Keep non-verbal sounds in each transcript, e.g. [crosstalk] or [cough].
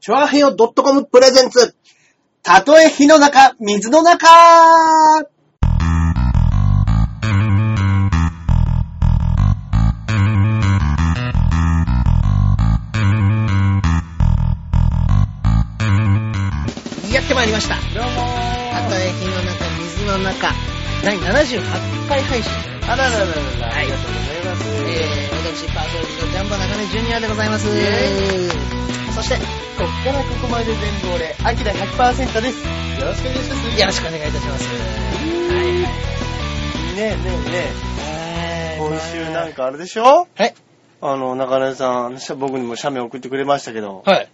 チョアヘヨ .com プレゼンツ。たとえ火の中、水の中やってまいりました。どうもたとえ火の中、水の中、第78回配信。あらららららはいありがとうございます。えー、私、パーソナリティのジャンボ中根ジュニアでございます。イエそして、こっからここまで全部俺、アキラ100%です。よろしくお願いします。よろしくお願いいたします。はいねえねえねえ、はい今週なん。かあれでしょはい。あの、中根さん、しゃ僕にも写メ送ってくれましたけど、はい。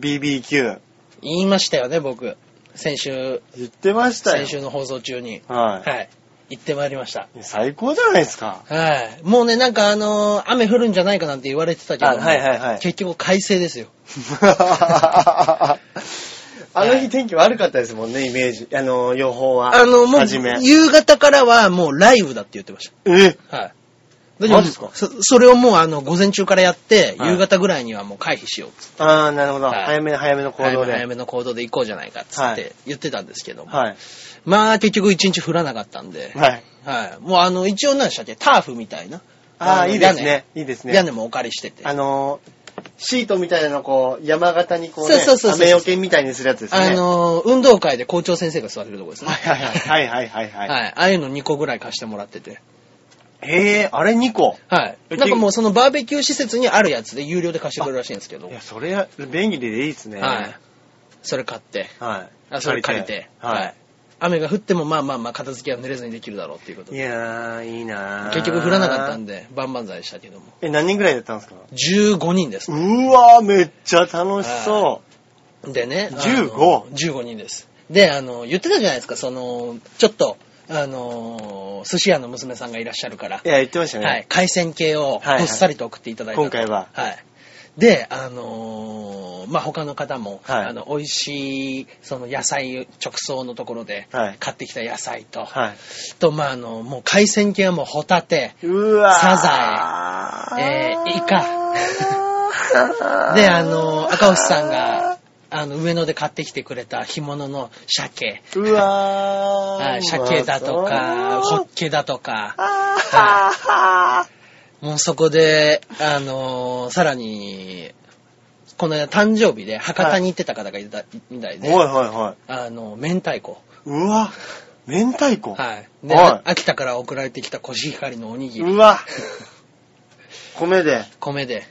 BBQ。言いましたよね、僕。先週、言ってましたよ先。週の放送中に。ははい。行ってまいりました。い。最高じゃないですか。はい。もうね、なんかあのー雨降るんじゃないかなんて言われてたけども、あはいはいはい結局快晴ですよ。 [laughs] あの日天気悪かったですもんね、イメージ。あの、予報は。あの、もう、初め。夕方からはもう雷雨だって言ってましえた。はい。マジっすかそそれをもうあの、午前中からやって、はい夕方ぐらいにはもう回避しようっつって。あー、なるほど。はい早めの早めの行早動めで。早めの行動で行こうじゃないかっつっはて言ってたんですけども。はい。まあ結局一日降らなかったんで。はい。はい。もうあの、一応何でしたっけターフみたいな。ああー、のいいですね。いいですね。屋根もお借りしてて。あのー、シートみたいなのこう、山形にこうね、そうそうそうそう雨よけみたいにするやつですね。あの、運動会で校長先生が座ってるとこですね。はい [laughs] はいはいはいはい。はい、はい。ああいうの2個ぐらい貸してもらってて。ええあれ2個。はい。えなんかもうそのバーベキュー施設にあるやつで有料で貸してくれるらしいんですけど。いや、それ、便利でいいですね。はい。。それ買って、はい。あそれ借りて、はい。雨が降ってもまあまあまあ片付けは濡れずにできるだろうっていうことい、で。やー、いいなー結局降らなかったんで、万々歳でしたけども。え、何人ぐらいだったんですか15人ですう。わー、めっちゃ楽しそでね。あの15 ?15 人です。で、あの、言ってたじゃないですか、その、ちょっと、あの、寿司屋の娘さんがいらっしゃるからう。い、や、言ってましたね。はい、海鮮系をはいはいどっさりと送っていただいたと、今回ははい。で、あのーまあ、他の方も、はいあの、美味しい、その野菜直送のところで、はい買ってきた野菜と、はい。と、まあ、あの、もう海鮮系はもうホタテ、うわー。サザエえーイ [laughs] カで、あのー赤星さんが、あの、上野で買ってきてくれた干物の鮭、うわー。はい鮭だとか、ホッケだとか、あーはもうそこで、あのーさらに、この間誕生日で博多に行ってた方がいたみたい [laughs] はで、いはいはい。あの、明太子。うわ、明太子。はい。で、はい秋田から送られてきたコシヒカリのおにぎり、うわ、 [laughs] 米で、米で。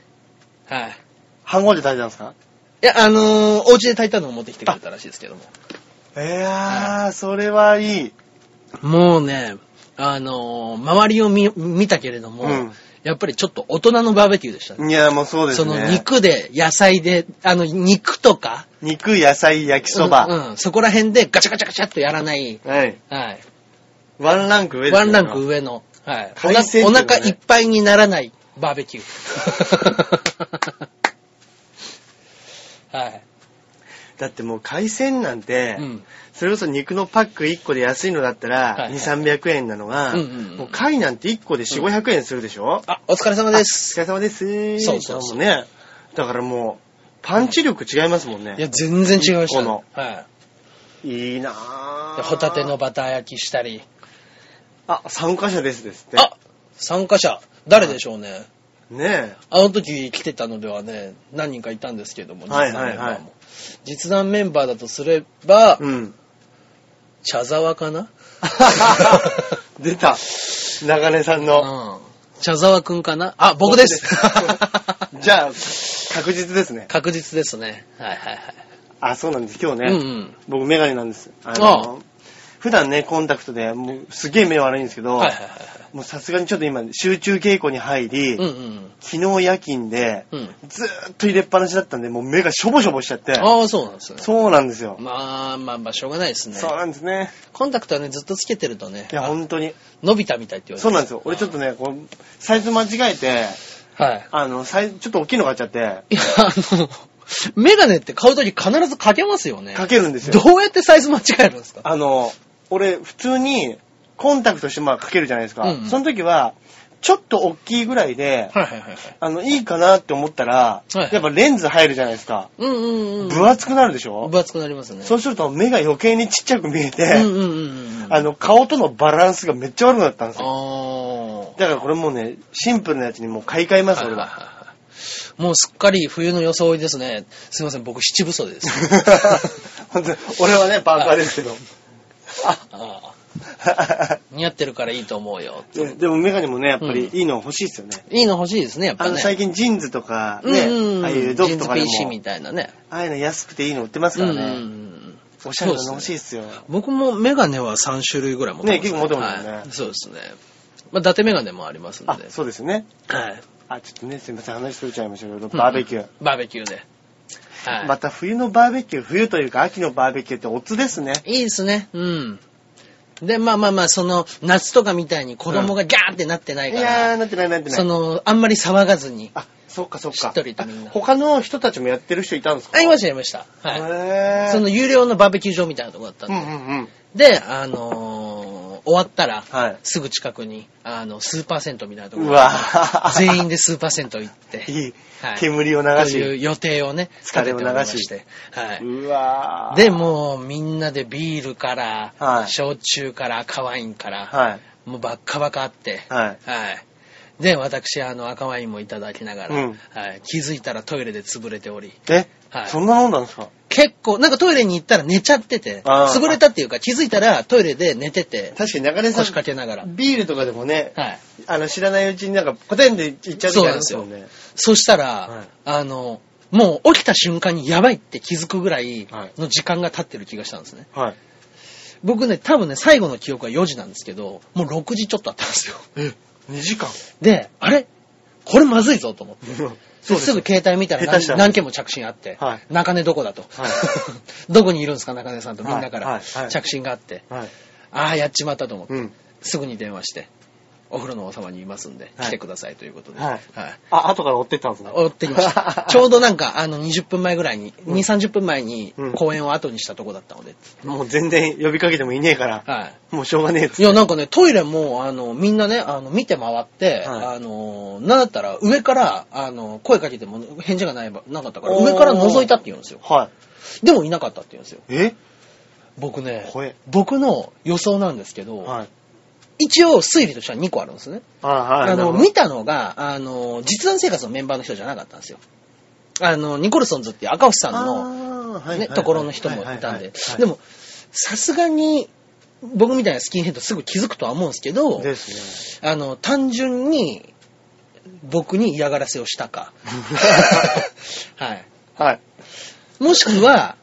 はい。半合で炊いたんですかいや、あのーお家で炊いたのを持ってきてくれたらしいですけども。いやー、それはいい。もうね、あのー周りを見見たけれども、うんやっぱりちょっと大人のバーベキューでしたね。いや、もうそうですそね。の肉で、野菜で、あの、肉とか、肉、野菜、焼きそば。うんうん、そこら辺でガチャガチャガチャっとやらない、はい。はい。ワンランク上ですよワンランク。上の、はい。お海鮮腹おっていうのね腹いっぱいにならないバーベキュー。 [laughs] はい。だってもう海鮮なんて、うん。それこそ肉のパック1個で安いのだったはいはら、い2、300円なのが、うんうんうんもう貝なんて1個で4、500円するでしょあ、お疲れ様おです。疲れ様です。そうそうそうだもんね。だからもう、パンチ力違いますもんいや、ね。全然違いました、一個のはいいいなで。ぁ。ホタテのバター焼きしたり。あ、参加者ですですって。あ参加者、誰でしょうね。ねあの時来てたのではね、何人かいたんですけども、はい実弾メンはいはいバーも。実弾メンバーだとすればえ。、うん。茶沢かな [laughs] 出た。中根さんの。うん。茶沢くんかなあ、僕です [laughs] じゃあ、確実ですね。確実ですね。はいはいはい。あ、そうなんです。今日ね、うんうん。僕メガネなんです。ああの、普段ね、コンタクトで、もうすげえ目悪いんですけど、はいはいはいはい。もうさすがにちょっと今、集中稽古に入り、うんうん昨日夜勤で、うん。うん。ずーっと入れっぱなしだったんで、もう目がしょぼしょぼしちゃって、ああ、そうなんですね。そうなんですよ。まあまあまあ、しょうがないですね。そうなんですね。コンタクトはね、ずっとつけてるとねい、や、本当に。伸びたみたいって言われてそうなんですよ。俺ちょっとね、こう、サイズ間違えて、と。はい。あの、サイズ、ちょっと大きいの買っちゃって、いや、あの、メガネって買うとき必ずかけますよね。かけるんですよ。 [laughs] どうやってサイズ間違えるんですかあの、俺、普通に、コンタクトして、まあ、かけるじゃないですか。うんうんその時は、ちょっと大きいぐらいで、はいはいはいはい。あの、いいかなって思ったら、はいやっぱレンズ入るじゃないですか。うんうんうん。分厚くなるでしょ、分厚くなりますね。そうすると目が余計にちっちゃく見えて、うんうんうんうん。あ、の、顔とのバランスがめっちゃ悪くなったんですあよ。ーだからこれもうね、シンプルなやつにもう買い替えます、はい俺はいは。はいはいもうすっかり冬の装いですね。すいません、僕七分 [laughs] 袖です。 [laughs] 本当に俺はね、パーカーですけど。あ [laughs] ー似合ってるからいいと思うよ。ででもメガネもね、やっぱりうんいいの欲しいですよね。いいの欲しいですね、やっぱあの、ね。最近ジーンズとか、ね、うんうんうん、ああいうドフとかでもジーンズ PC みたいなね。ああいうの安くていいの売ってますからね。うんうんうんおしゃれなの欲しいですよ。僕もメガネは3種類ぐらい持ってます、ね結構持ってますよねはいそうですね。まあ、伊達メガネもありますのあで。、そうですよね。はい。あ、ちょっとね、すいません、話しとれちゃいましたけど、バーベキュー。うんバーベキューで。はい。また冬のバーベキュー、冬というか秋のバーベキューっておつですね。いいですね。うん。で、まあまあまあ、その、夏とかみたいに子供がギャーってなってないいから、やー、なってないなってなそい。の、あんまり騒がずに。あ、そっかそっか。しっとりとみんなあ他の人たちもやってる人いたんですかあ、いました、いました。はい。へー。その、有料のバーベキュー場みたいなとこだったんうで。んうんうん。で、あのー終わったら、はいすぐ近くに、あの、スーパーセントみたいなとこうろわ全員で。でスーパーセント行って、 [laughs] いいはい。煙を流というし。予定をね、疲れを流し立てておりまして。はいうわーで、、もうみんなでビールから、はい焼酎から赤ワインから、はい。もうバッカバカあって、はい。はい。で、私、あの、赤ワインもいただきながら、うんはい、気づいたらトイレで潰れており、え、はいそんなもんなんですか結構、なんかトイレに行ったら寝ちゃってて、あー潰れたっていうか気づいたらトイレで寝てて、確かに中根さ腰掛ん、けながら。ビールとかでもね、はい。あの、知らないうちになんか、答えんで行っちゃう時ありますもんね。そしたら、はいあの、もう起きた瞬間にやばいって気づくぐらいはいの時間が経ってる気がしたんですね。はい。僕ね、多分ね、最後の記憶は4時なんですけど、もう6時ちょっとあったんですよ。え、2時間で、あれこれまずいぞと思って。 [laughs] そうですすぐ携帯見たら下手何したら何件も着信あって、はい中根どこだと、は [laughs] どこにいるんですか中根さんとみんなかはいはらいはい着信があって、はい。ああ、やっちまったと思って、うん。すぐに電話して、お風呂の王様にいますんで、はい来てくださいということで、はいはい、あ、後から追ってったんですね。追ってきました。 [laughs] ちょうどなんか、あの、20分前ぐらいに、2、30分前にうん、公演を後にしたとこだったので。もう全然呼びかけてもいねえから、はもうしょうがねえっつい。いや、なんかね、トイレも、あの、みんなね、あの、見て回って、はいあの、なんだったら、上から、あの、声かけても返事がないば、なかったから、おー上から覗いたって言うんですよ。はでもいなかったって言うんですよ。い。え僕ね怖え、僕の予想なんですけど、はい。一応推理としては2個あるんですね。あはい。あなるの、ほど見たのが、あの、実弾生活のメンバーの人じゃなかったんですよ。あの、ニコルソンズっていう赤星さんの、あーはいね、ところの人もいたんで。ででも、も、さすがに、僕みたいなスキンヘッドすぐ気づくとは思うんですけど、ですね。あの、単純に、僕に嫌がらせをし [laughs] たか。はい。はい。もしくは、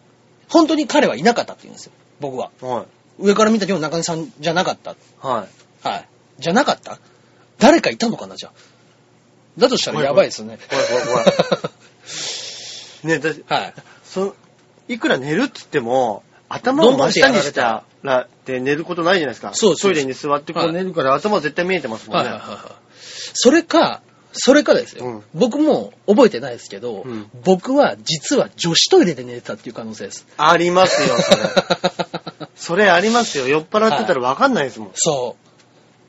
本当に彼はいなかったって言うんですよ。僕は。はい。上から見たけど中根さんじゃなかった。はい。はい。じゃなかった誰かいたのかな、じゃあ。だとしたらやばいですね。怖い怖い怖いねだ [laughs] はい。そいくら寝るっつっても、頭を真下にしたらって寝ることないじゃないですか。そうですトイレに座ってこはうい寝るから頭絶対見えてますもんはいねはい。はいはい。それか、それかですよ。うん僕も覚えてないですけど、うん僕は実は女子トイレで寝てたっていう可能性です。ありますよ、それ。 [laughs] それありますよ。酔っ払ってたらわかんないですもん。そ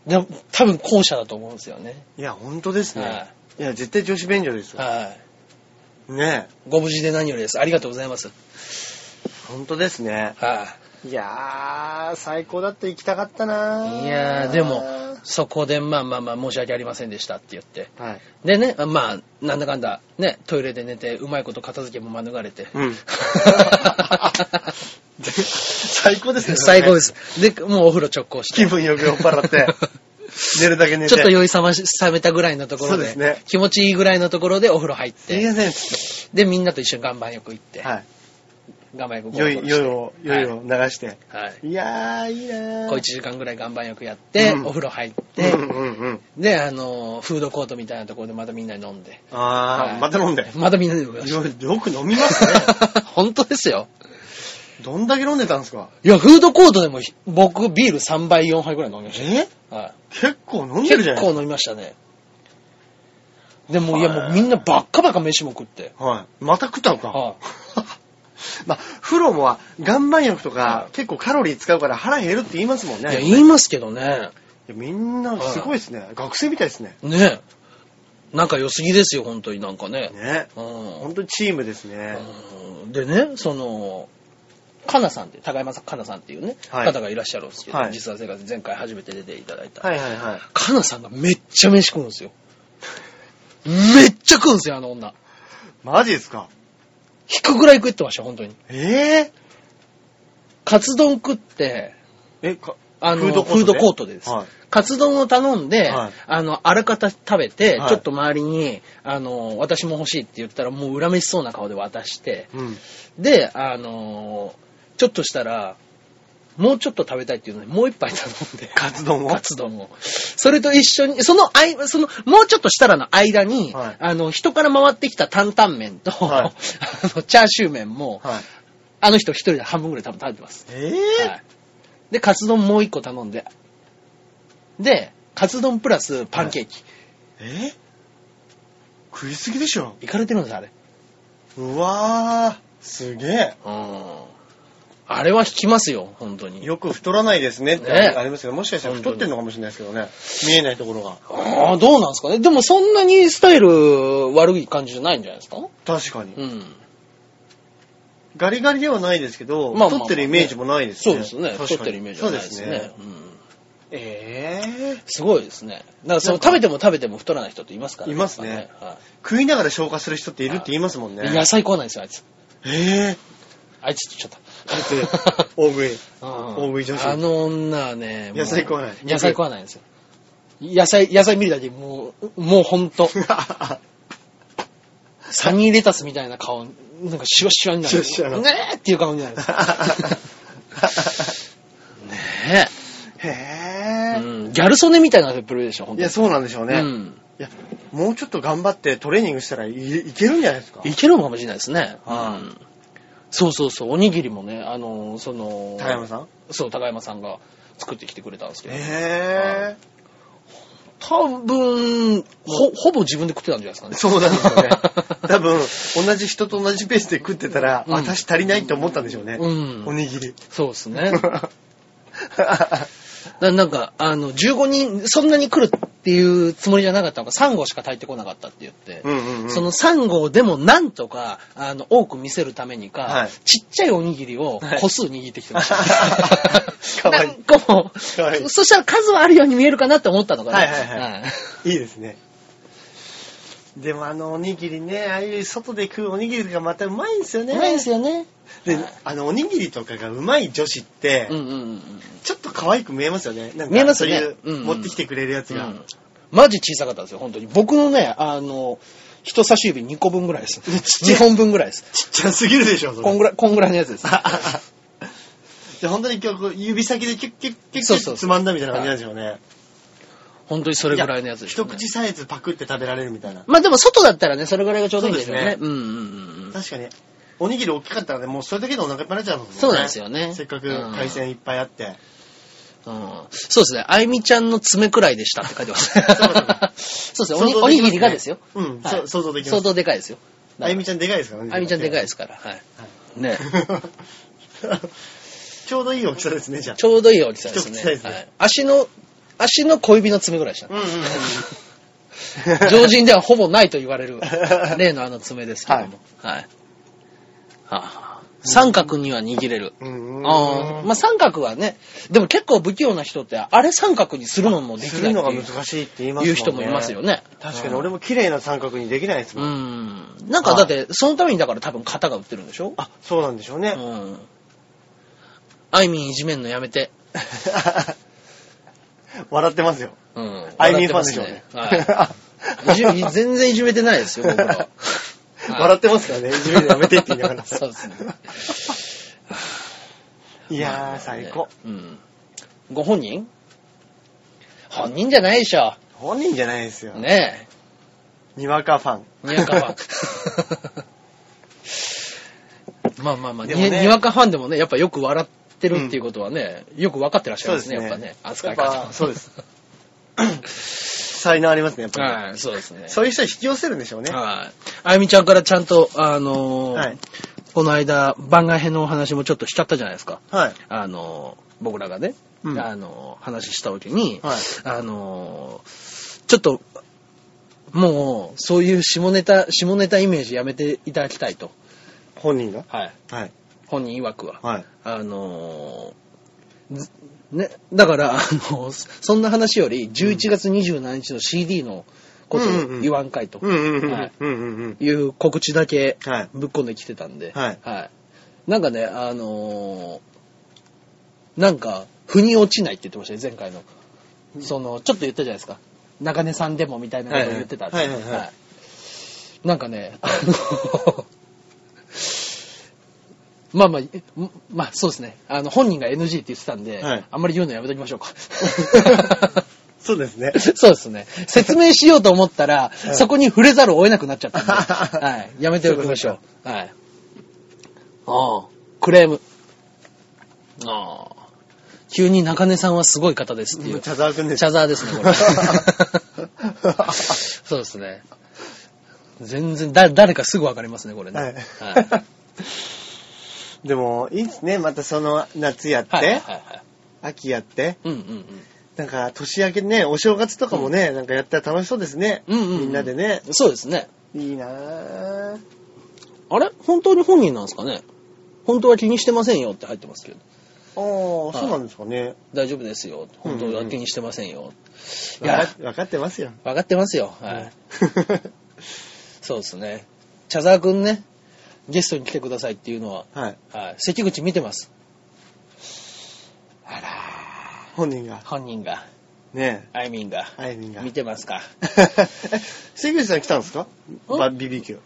う。でも多分後者だと思うんですよね。いや、本当ですはね。いや、絶対女子便所ですよ。はい。ねご無事で何よりです。ありがとうございます。本当ですね。はい。やー、最高だって行きたかったないーいやー、でも、そこでまあまあまあ申し訳ありませんでしたって言って。はい。でね、まあ、なんだかんだ、ね、トイレで寝て、うまいこと片付けも免れて。 [laughs] うん最高ですね。それね最高で。す。で、もうお風呂直行して。気分よく酔っ払 [laughs] って、寝るだけ寝て。ちょっと酔い覚まし、冷めたぐらいのところで、そうですね気持ちいいぐらいのところでお風呂入っいいて、ねっつっで、みんなと一緒に岩盤浴行って、て。はい。岩盤浴ゴ酔ロい、ゴロ酔しいてを、酔いを流して。はい。いやー、いいなー。小1時間ぐらい岩盤浴やって、うんお風呂入っうんて、うんうん。で、あのー、フードコートみたいなところでまたみんなで飲んで、あー、はいまた飲んで。またみんなで飲みましよよく飲みますね。 [laughs] た。 [laughs] 本当ですよ。どんだけ飲んでたんですかいや、フードコートでもひ僕ビール3杯4杯ぐらい飲みましえた。はい結構飲んでるじゃな結いで構す飲みましたね。でも、いや、もうみんなばっかばっか飯も食って。か。はい。 [laughs] また食ったのか。はまあ、風呂も、岩盤浴とかは、結構カロリー使うから腹減るって言いますもんいや、ね。言いますけどね。やみんなすごいですね、学生みたいですね。ねえ。仲良すぎですよ、本当になんかね。ね。うん本当にチームですね。うんでね、その、かなさんって、高山さんかなさんっていうね、はい方がいらっしゃるんですけど、はい実は生活前回初めて出ていただいた。はいはいはい。かなさんがめっちゃ飯食うんですよ。めっちゃ食うんですよ、あの女。マジですか引くぐらい食ってました、本当に。えカツ丼食って、ー、え、か、あの、フードコートでです。はいカツ丼を頼んで、はいあの、あらかた食べて、はいちょっと周りに、あの、私も欲しいって言ったら、もう恨めしそうな顔で渡して、うん。で、あの、ちょっとしたら、もうちょっと食べたいっていうので、もう一杯頼んで、カツ丼をカ。ツ丼を。それと一緒に、そのあい、その、もうちょっとしたらの間に、はいあの、人から回ってきた担々麺と、はい [laughs] あの、チャーシュー麺も、はい。あの人一人で半分ぐらい多分食べてます。えはい。で、カツ丼もう一個頼んで。で、カツ丼プラスパンケーキ。ー、えー食いすぎでしょ行かれてるんです、あれ。うわー、すげうん。あれは引きますよ、本当え。に。よく太らないですねってねありますけど、もしかしたら本当太ってにんのかもしれないですけどね。見えないところが。ああ、どうなんですかね。でもそんなにスタイル悪い感じじゃないんじゃないですか確かに。うん。ガリガリではないですけど、まあまあまあ太ってるイメージもないですそうね。ですね。太ってるイメージはないですね。そうですね。うん。えー、すごいですね。だからその食べても食べても太らない人っていますからいますね。は食いながら消化する人っているって言いますもんいね。野菜食わないんですよ、あいつ。えあいつって言っちゃー、だってった。 [laughs] 大食い。うん大食い女子あの女はね、もう野菜食わない野菜食わないんですよ。野菜、野菜見るだけでもう、もうほ [laughs] んと、サニーレタスみたいな顔、なんかシワシワになる。シワシワなのねえっていう顔 [laughs] になる。ねえ。へー。うんギャル曽根みたいなプレイでしょ、ほんいとや、そうなんでしょうね。うん。もうちょっと頑張ってトレーニングしたらいいけるんじゃないですかいけるのかもしれないですね。はうんそうそうそう、おにぎりもね、あの、その、高山さんそう、高山さんが作ってきてくれたんですけど、へ多分、ほ、ほぼ自分で食ってたんじゃないですかー。ね。 [laughs] そうなんです [laughs] よね。多分、同じ人と同じペースで食ってたら、うん私足りないと思ったんでしょうね。うんおにぎり。そうで [laughs] すね。ななんか、あの、15人、そんなに来るっていうつもりじゃなかったのが、3号しか炊いてこなかったって言って、うんうんうんその3号でもなんとか、あの、多く見せるためにか、はいちっちゃいおにぎりをはい個数握ってきてました。 [laughs] かわいい何個もかわいいそしたら数はあるように見えるかなって思ったのかな。はいはいはいいいいですね。でもあのおにぎりね、ああいう外で食うおにぎりがまたうまいんですよね。うまいですよね。ではい、あのおにぎりとかがうまい女子って、うんうんうんちょっと可愛く見えますよね。なんか見えますねそういう、うんうん持ってきてくれるやつうが。ん。マジ小さかったんですよ、本当に。僕のね、あの、人差し指2個分ぐらいです。ちゃい2本分ぐらいです。ちっちゃすぎるでしょ、そこんれ。ぐらい、こんぐらいのやつです。 [laughs] で本当に今日こう指先でキュッキュッキュッキそュうそうそッうつまんだみたいな感じなんですよね。本当にそれぐらいのやつです、ね。一口サイズパクって食べられるみたいな。まあでも外だったらね、それぐらいがちょうどいいんでしょうね。そううんうんうん。確かに、おにぎり大きかったらね、もうそれだけでお腹いっぱいになっちゃうもんね。そうなんですよねせっかく海鮮いっぱいあって。うんそうですね。あゆみちゃんの爪くらいでしたって書いてます。 [laughs] そうですねおに。想像おできますねにぎりがですよ。うんはいそう想像できます相当でかいですよ。あゆみちゃんでかいですからね。あゆみちゃんでかいですから。はい。ね。 [laughs] ちょうどいい大きさですね、じゃあ。ちょうどいい大きさです一口サイね。ズではい足の、足の小指の爪ぐらいでしたうん。うんうん。 [laughs] 常人ではほぼないと言わ [laughs] れる、例のあの爪ですけども。はい。はあ三角には握れる。うんうんあーまあ三角はね、でも結構不器用な人って、あれ三角にするのもできすないるってのがいう難しいって言いますもんね。言う人もいますよ。ね。確かに、俺も綺麗な三角にできないですも。うんん。なんかだって、そのためにだから多分型が売ってるんでしょあ、そうなんでしょうねう。ん。あいみんいじめんのやめて。 [laughs] 笑ってますよ。うん。アイミンファンでしょうね。笑ってますねはいいじめ全然いじめてないで [laughs] すよ、僕ら。はい笑ってますからね。いじめるのやめてって言いながら。そうですね。いやー、最高。。うん。ご本人本人じゃないでしょ。本人じゃないですよ。ねにわかファン。え。にわかファ [laughs] ン。まあまあまあ、でもねににわかファンでもね、やっぱよく笑ってるっていうことはね、よく分かってらっしゃそうるんでですね。すね、やっぱね。扱いやっ方ぱ。そうです。 [laughs] 才能ありますね、やっぱり。はい、そうですね。そういう人は引き寄せるんでしょうね。はい。あゆみちゃんからちゃんと、あのーはい。この間、番外編のお話もちょっとしちゃったじゃないですか。はい。あのー僕らがね、うんあの、話した時に、はいあの、ちょっと、もう、そういう下ネタ、下ネタイメージやめていただきたいと。本人がはい。はい。本人曰くは。はい。あのーずね、だから、あのそそんな話より、11月27日の CD のことうんうんうをん言わんかいとうんうんうん。はいうんうんうん。いう告知だけはい。ぶっこんできてたんで、はいなんかね、あのーなんか、腑に落ちないって言ってましたね、前回の。その、ちょっと言ったじゃないですか。中根さんでもみたいなことを言ってたんではいはいはいはいはいなんかね、あの、 [laughs] まあまあ、えんまあそうですね。あの、本人が NG って言ってたんで、はいあんまり言うのやめときまし [laughs] ょうか。そうです [laughs] ね。そうですね。説明しようと思ったら、いそこに触れざるを得なくなっちゃっ [laughs] たんで、はい。やめておきましょう。はい。ああ、クレーム。ああ。急に中根さんはすごい方ですっていう。茶沢くんです。茶沢ですね、これ。 [laughs] はそうですね。全然、だ、誰かすぐわかりますね、これね。い。でも、いいですね。またその夏やって、はいはいはいはい。秋やって、うんうんなんか年明けね、お正月とかもね、なんかやったら楽しそうですね。うん。うんうん、うん。みんなでね。。そうですね。いいなぁ。あれ本当に本人なんですかね本当は気にしてませんよって入ってますけど。あーそうなんですかね。大丈夫ですよ。本当は気にしてませんよ。いわや、かわかってますよ。分かってますよ。はい。そうですね。茶沢くんね、ゲストに来てくださいっていうのは、はい。はい。関口見てます。あら本人がー。本人が、 [laughs] ねあいみんが、え、あ [laughs] やみんが。見てますか。え、[laughs] 関口さん来たんですかうんば ?BBQ。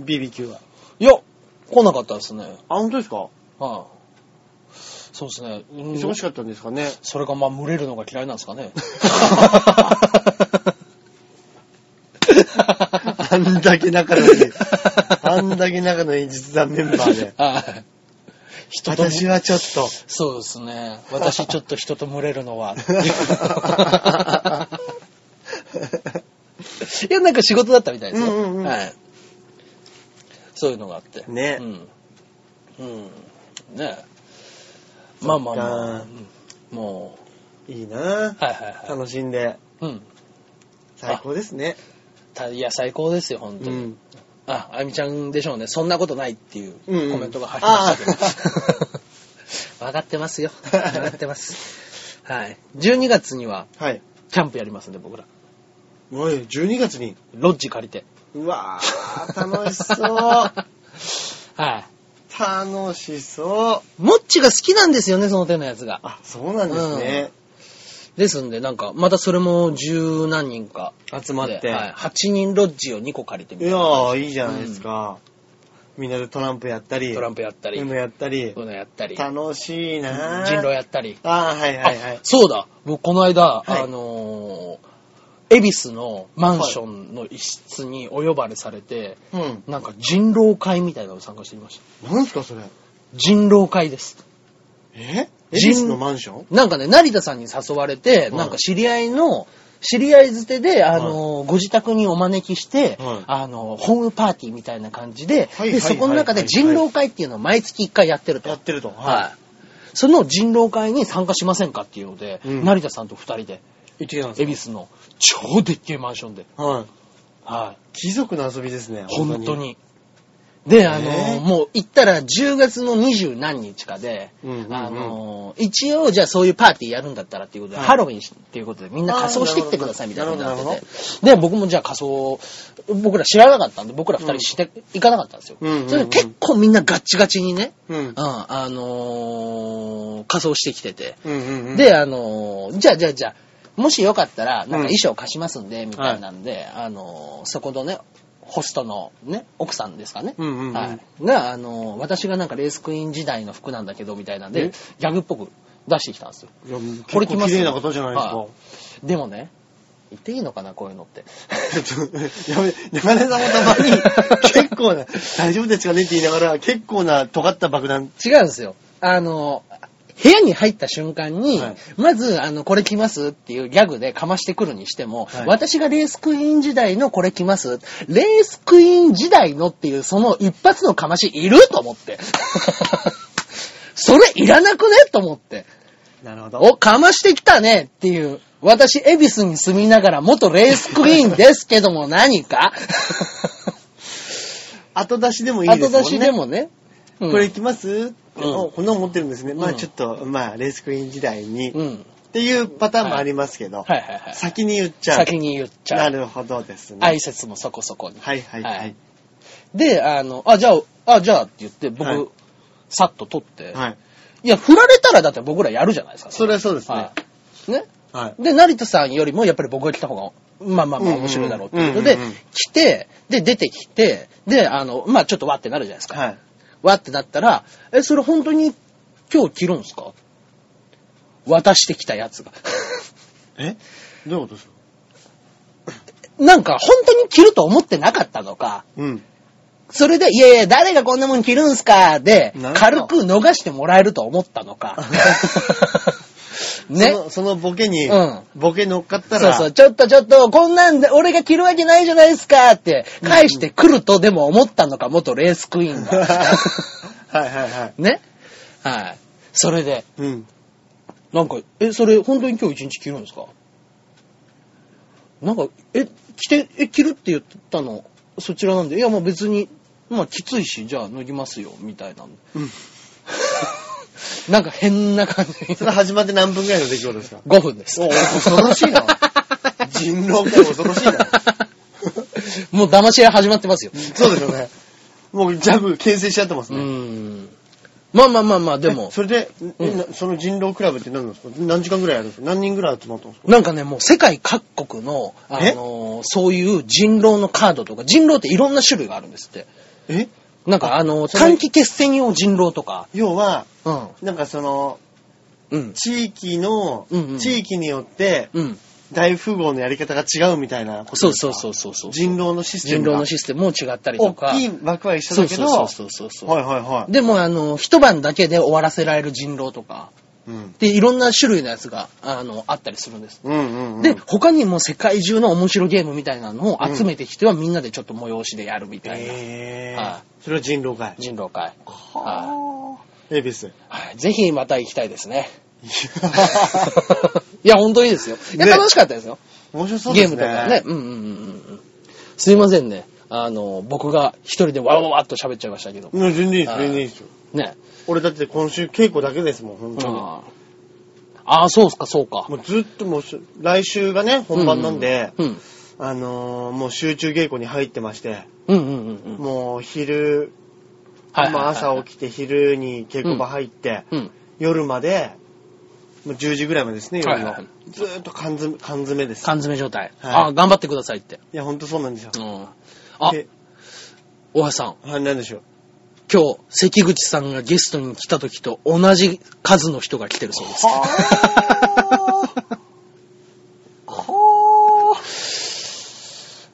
BBQ は。いや、来なかったですね。はい、あ、本当ですかそうですね。うん忙しかったんですか [laughs] ね。それがまあ、群れるのが嫌いなんですかね。 [laughs] [laughs] あんだけ仲のいい、 [laughs] あんだけ仲のいい実弾メンバー [laughs] で。はい。人と私はちょっと。そうですね。私ちょっと人と群れるの [laughs] は。いや、なんか仕事だったみたいですよ。うんうんうんはい。そういうのがあって。ねうん。うん。ねまあまあまあそっかうん。もいいなぁう、はいはいはい。楽しんで。うん。最高ですね。たいや、最高ですよ、本当うに。んあ、あゆみちゃんでしょうね。そんなことないっていううんうんコメントが入りましたけど。 [laughs] 分かってますよ。分かってます。はい。12月にははい。キャンプやりますんで、僕ら。おい、12月に。ロッジ借りて。うわぁ、 [laughs] 楽しそう。 [laughs] は楽しそう。い。モッチが好きなんですよね、その手のやつが。あ、そうなんですね。ですんで、なんか、またそれも十何人か。集まってではい。8人ロッジを2個借りてみいるやー、いいじゃないですか。みんなでトランプやったり、トランプやったり、 UNO うやったり、のやったり、人楽しいなぁ。狼やったり。あー、はいはいはあい。そうだ、僕この間、はいあのー、恵比寿のマンションの一室にお呼ばれされて、うん。なんか人狼会みたいなのを参加してきました。なんすかそれ。人狼会です。えエ人リスのマンションなんかね、成田さんに誘われて、はいなんか知り合いの、知り合い捨てで、あのー、ご自宅にお招きして、はいあのー、ホームパーティーみたいな感じで、はいはいはいはで、いそこの中で人狼会っていうのを毎月1回やってると。やってると。はい。その人狼会に参加しませんかっていうので、うん成田さんと2人で、い。行ってきたん恵で比寿の超でっけえマンションで。すかはい。は貴族の遊びですね。い。本当。に。で、あのえー、ーもう行ったら10月の20何日かで、うんうんうんあのー、一応じゃあそういうパーティーやるんだったらっていうことで、はいハロウィンっていうことでみんな仮装してきてくださいみたいなことにななっるてて、で、僕もじゃあ仮装、僕ら知らなかったんで、僕ら2人して、行かなかったんですよ。うんうんうんそれで結構みんなガッチガチにね、うん。うん、あのー、仮装してきてて、うんうんうん。、で、あのーじゃあじゃあじゃあ、もしよかったら、なんか衣装貸しますんで、みたいなんで、あのーそこのね、ホストのね、奥さんですかね。うんうんうんはい。が、あのー私がなんかレースクイーン時代の服なんだけど、みたいなんで、ギャグっぽく出してきたんですよ。いや結こ構れ来綺ます麗な方じゃないはででもね、言っていいのかな、こういうのって。すか。ちょっと、やめ、山根さんもたまに、結構な、大丈夫ですかねって言いながら、結構な尖った爆弾。違うんですよ。あのー部屋に入った瞬間に、はいまず、あの、これ来ますっていうギャグでかましてくるにしても、はい私がレースクイーン時代のこれ来ます、レースクイーン時代のっていうその一発の [laughs] かましいると思って。それいらなくねと思って。なるほど。お、かましてきたねっていう。私、恵比寿に住みながら元レースクイーンですけども何か後出しでもいいですも後んね。出しでもね。うんこれ行きます、うんおこんなの持ってるんですね。まうあんちょっと、まあレースクイーン時代に、うっん。ていうパターンもありますけど、はいはいはい。先に言っちゃう。先に言っちゃなう。るほどですね。挨拶もそこそこに。はいはいはい。はい。で、あの、あ、じゃあ、あ、じゃあって言って、僕、はいさっと取って、い。や、振られたらだって僕らやるじゃないですか。それはそうですね。は。はいね。い。はい。で、成田さんよりもやっぱり僕が来た方が、まあまあまあうんうん面白いだろうっていうことでうんうんうん、来て、で、出てきて、で、あの、まあちょっとわってなるじゃないですか。わってなったら、え、それ本当に今日着るんすか渡してきたやつが。 [laughs] えどういうことですかなんか本当に着ると思ってなかったのか、うん。それで、いやいや、誰がこんなもん着るんすかでな、るほ軽どく逃してもらえると思った [laughs] のか。ねそ。のそのボケに、うんボケ乗っかったそうら、そう、ちょっとちょっと、こんなんで、俺が着るわけないじゃないですかって、返してくるとでも思ったのか、元レースクイ [laughs] ーンが。はいはいはい。ねはい。それで、うん。なんか、え、それ本当に今日一日着るんですかなんか、え、着て、え、着るって言ったの、そちらなんで、いや、まあ別に、まあきついし、じゃあ脱ぎますよ、みたいな。うん。 [laughs] なんか変な感じ。それ始まって何分ぐらいの出来事ですか5分です。お恐ろしいな人狼界恐ろしいな。 [laughs] もう騙し合い始まってますよ。 [laughs] そうですよね。もうジャブ、牽制しちゃってますうね。ん。まあまあまあまあ、でもえ、それで、えうんなその人狼クラブって何なんですか何時間ぐらいやるんですか何人ぐらい集まったんですかなんかね、もう世界各国の、あえのー、そういう人狼のカードとか、人狼っていろんな種類があるんですって。えなんかあのー、それ短期決戦用人狼とか、要は、うん。なんかその、うん。地域の、うんうん地域によって、うん。大富豪のやり方が違うみたいなことですそかうそうそうそうそう。人狼のシステ人ム狼がのシステムも違ったりとか。大きい枠は一緒だけど、そうそうそうそうそう。はいはいはい。でも、あの、一晩だけで終わらせられる人狼とか、うん。で、いろんな種類のやつが、あの、あったりするんです。うんうん、うん。で、他にも世界中の面白ゲームみたいなのを集めてきては、みんなでちょっと催しでやるみたいな、えーはそれは人狼かい。人狼会。ははぁ。エビ [laughs] ス。いはい。ぜひまた行きたいで [laughs] すね。 [laughs] いや、本当にですよ。いや、ね楽しかったですよ。面白そうゲでーすムね。とかね。。うんうんうんうん。すいませんね。あの、僕が一人でわわわわっと喋っちゃいましたけど。うん、全然いいです、はい全然いいですよ。ね。俺だって今週稽古だけですもん、本当に。ああー、そうっすか、そうか。もうずっともうす、来週がね、本番なんで、うん。あのー、もう集中稽古に入ってまして、うんうんうんうん。もう昼、はいまあ朝起ききて昼に稽古場入って、うん。夜まで、もう10時ぐらいまでですね、夜の。はいはいはずーっと缶詰、缶詰です。缶詰状態。はいああ、頑張ってくださいって。いや、ほんとそうなんですよう。ん。あ、で大橋さん、はい、なんでしょう。今日、関口さんがゲストに来た時と同じ数の人が来てるそうです。はは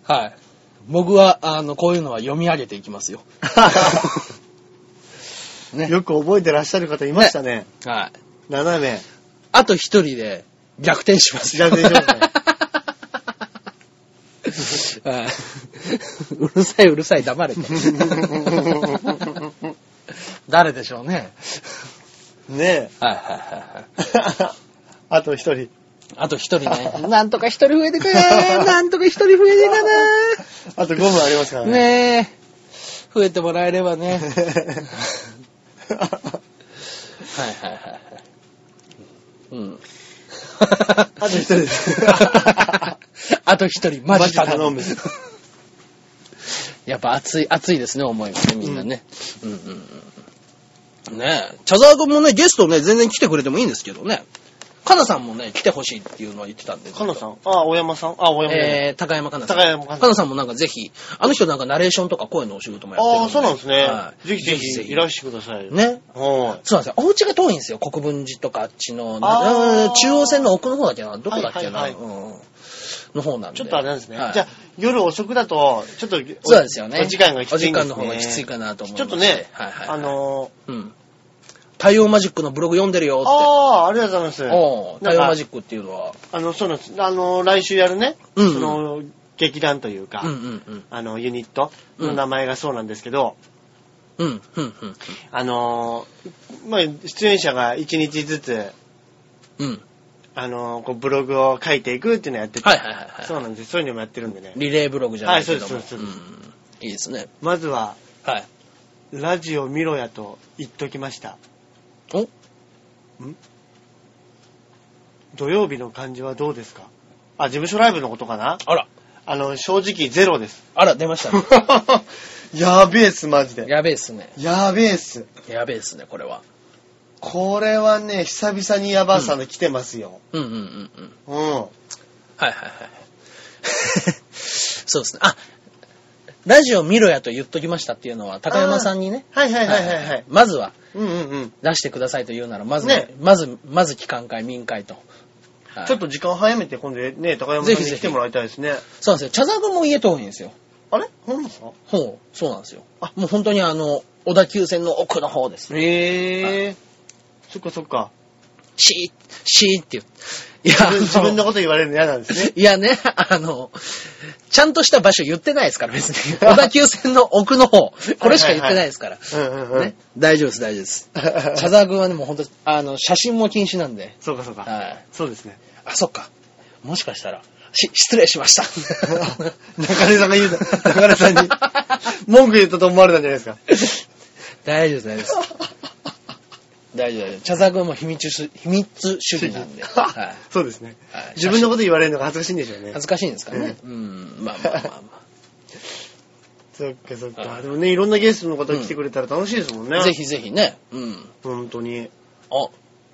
はい。僕は、あの、こういうのは読み上げてい [laughs] きますよ。 [laughs] ね。よく覚えてらっしゃる方いましたね。はい。斜め。あと一人で逆転します。逆転します [laughs] ね。うるさいうるさい黙れ [laughs] と。誰でしょうね。ね [laughs] はいはいはいはい。え。あと一人。あと一人ね。なんとか一人増え [laughs] てくれなんとか一人増えてかなあと5分ありますからね。ねえ。増えてもらえればね。はい [laughs] はいはいはい。うん。あと一人です [laughs] あと一人、マジ頼む。マジ頼やっぱ熱い、熱いですね、思いがね、みんなね。うん、うん、うん。ねえ。茶沢くんもね、ゲストね、全然来てくれてもいいんですけどね。かなさんもね、来てほしいっていうのは言ってたんで。かなさんあ、大山さんあ、大山さん。えー、高山かなさん。高山かなさんかなさんもなんかぜひ、あの人なんかナレーションとか声のお仕事もやってるああ、そうなんですね。はいぜひぜひいらしてください。ね。はい。そうなんですよ。お家が遠いんですよ。国分寺とかあっちの、なあーうん中央線の奥の方だっけな。どこだっけな。はいはいはうんの方なんで。ちょっとあれなんですね。はいじゃあ、夜遅くだと、ちょっと、そうなんですよね。お時間がきついんです、ね。お時間の方がきついかなと思いちまょすっとね、はいはい。あ、のうん。太陽マジックのブログ読んでるよー、って。ああ、ありがとうございます。おう太陽マジク。ックっていうのは。あの、そうなんです。あのー、来週やるね、うんその、劇団というか、うんうんうん。あの、ユニットの名前がそうなんですけど、うん、うん、うん。あのー、まあ、出演者が1日ずつ、うん。あの、こうブログを書いていくっていうのをやってて、はいはいはいはいそうなんです。そういうのもやってるんでね。リレーブログじゃないけども。はいそうですそうですうんいいですね。まずは、はい。ラジオ見ろやと言っときました。お土曜日の感じはどうですかあ、事務所ライブのことかなあら、あの、正直ゼロ [laughs] です。あら、出まし [laughs] たね。やべえっす、マジで。やべえっすね。やべえっす。やべえっすね、これは。これはね、久々にヤバさの来てますよ。うんうんうんううん。ん。はいはいはい。 [laughs] そうですね。あ、ラジオ見ろやと言っときましたっていうのは、高山さんにね。はいはいはいはいはい。まずは、うんうんうん。出してくださいと言うなら、まず、ねまず、まず機関会、民会と。はいちょっと時間早めて今度ね、高山さんぜにひぜひ来てもらいたいですね。そうなんですよ。茶沢君も家遠いんですよ。あれ本ですかほう、そうなんですよ。あもう本当にあの、小田急線の奥の方です。へえー。そっかそっか。シー、シーって言う。い自や、分自分のあこと言われるの嫌なん [laughs] ですね。いやね、あの、ちゃんとした場所言ってないですから、別に。小田急線の奥の方。これしか言ってないですから。うんうんうん。ね、大丈夫です、大 [laughs] 丈夫です。茶沢君はね、もう本当あの、写真も禁止なんで。そうかそうか。はい。そうですね。 [laughs] あ、そっか。もしかしたら、し、失礼しました。 [laughs] 中根さんが言うな。中根さん [laughs] に文句言ったと思われたんじゃないですか。大丈夫です、大丈夫です。大丈夫、大丈夫。茶沢君はもう秘密主、秘密主義 [laughs] なんで。はい。そうですねはい。自分のこと言われるのが恥ずかしいんでしょうね恥。ずかしいんですからね。うん、まあまあまあまそっかそっはか。いでもね、いろんなゲストの方来てくれたら楽しいですもんね。あ。ぜ。ひぜひね。うん。本当に。あ、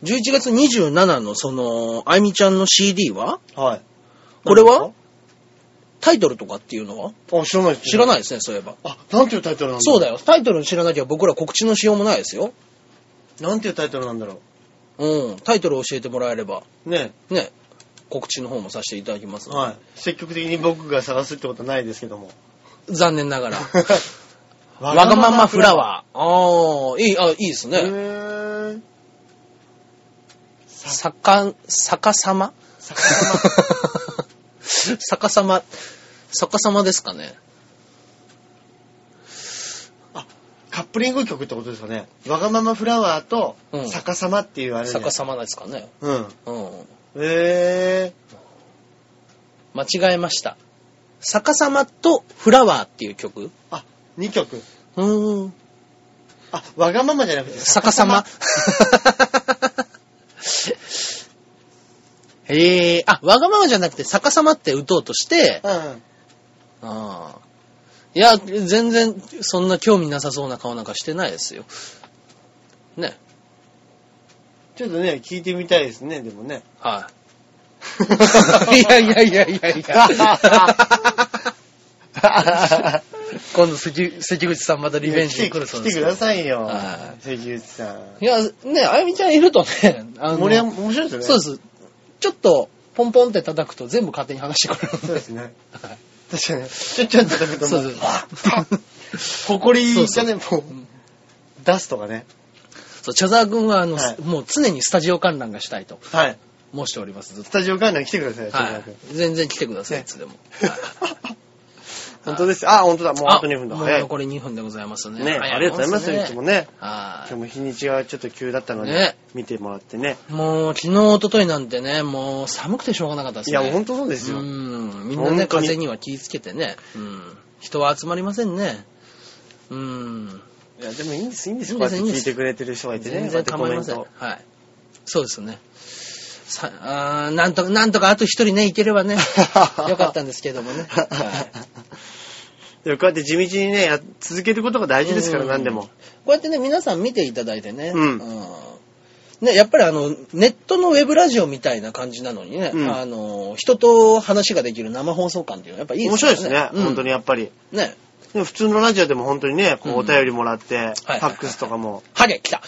11月27のその、あゆみちゃんの CD ははい。これはタイトルとかっていうのはあ、知らないです、知らい。ないですね、そういえば。あ、なんていうタイトルなんだそうだ。だよ。タイトル知らなきゃ僕ら告知のしようもないですよ。なんていうタイトルなんだろうん。タイトル教えてもらえれば、う。ね。ね、告知の方もさせていただきます。はい。積極的に僕が探すってことはないですけども。残念な [laughs] がら。わがままフラワー。ああ、いい、あいいですへね。 [laughs] ー逆、逆さま逆さ逆 [laughs] さま、逆さまですかね。まカップリング曲ってことですかね。わがままフラワーとうん逆さまっていうあれで逆さまですかね。うん。うん。へ間違えました。逆さまとフラワーっていう曲ー。2曲。うーん。あ、わがままじゃなくて逆さま。 [laughs] へえ、あ、わがままじゃなくて逆さまって打とうとして、うん。あーいや、全然そんな興味なさそうな顔なんかしてないですよ。ね。ちょっとね、聞いてみたいですね、でもね。はい。[laughs] [laughs] いやいやいやいやいや。今度関、関口さんまたリベンジに来るそう来でてすくよださいよは。関口さん。いや、ね、あゆみちゃんいるとね、あ盛り上が面白いですよね。そうです。ちょっと、ポンポンって叩くと全部勝手に話してくれるんで。そうですね。はい確かに。ちょ、ちょっとだけどそうもそう、 [laughs] ほこりがね、もう、出すとかね。そう、茶沢くんは、あの、はいもう常にスタジオ観覧がしたいとはい。申しております、ずっスタジオ観覧来てくださいよ、と。千は原君い。全然来てください、ねいつでも。本当です。あ、本当だ。もうあと2分だ。もう早い。残り2分でございますね。ね、早ありがとうございます、いつもね。は今い日。も日にちがちょっと急だったのでね、見てもらってね。もう、昨日、一昨日なんてね、もう寒くてしょうがなかったですいね。や、本当そうですよう。ん。みんなね、本当に風には気をつけてね。うん。人は集まりませんね。うん。いや、でもいいんです、いいんですいいよ。んこですうやって聞いてくれてる人がいてね。全然こ構ういやまってせん。コメンはトい。そうですね。さあーなんとか、なんとかあと一人ね、いけ [laughs] ればね、よかったんですけどもね。はい [laughs] でもこうやって地道にね、や続けることが大事ですから、うん何でも。こうやってね、皆さん見ていただいてね。うんね、やっぱりあの、ネットのウェブラジオみたいな感じなのにね、うんあの、人と話ができる生放送感っていうのはやっぱいいで面す白いですね、うん本当にやっぱり。ね。でも普通のラジオでも本当にね、こうんうお便りもらって、はいファックスとかも。ハゲ、来た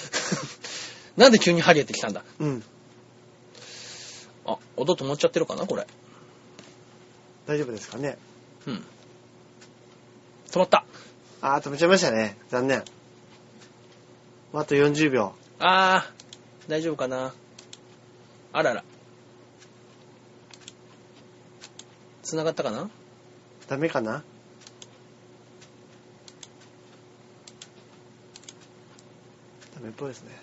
[laughs] なんで急にハゲって来たんだうん。あ、音止まっちゃってるかなこれ。大丈夫ですかね。うん。止まった。あー、止めちゃいましたね。残念。あと40秒。あー、大丈夫かなあらら。繋がったかなダメかなダメっぽいですね。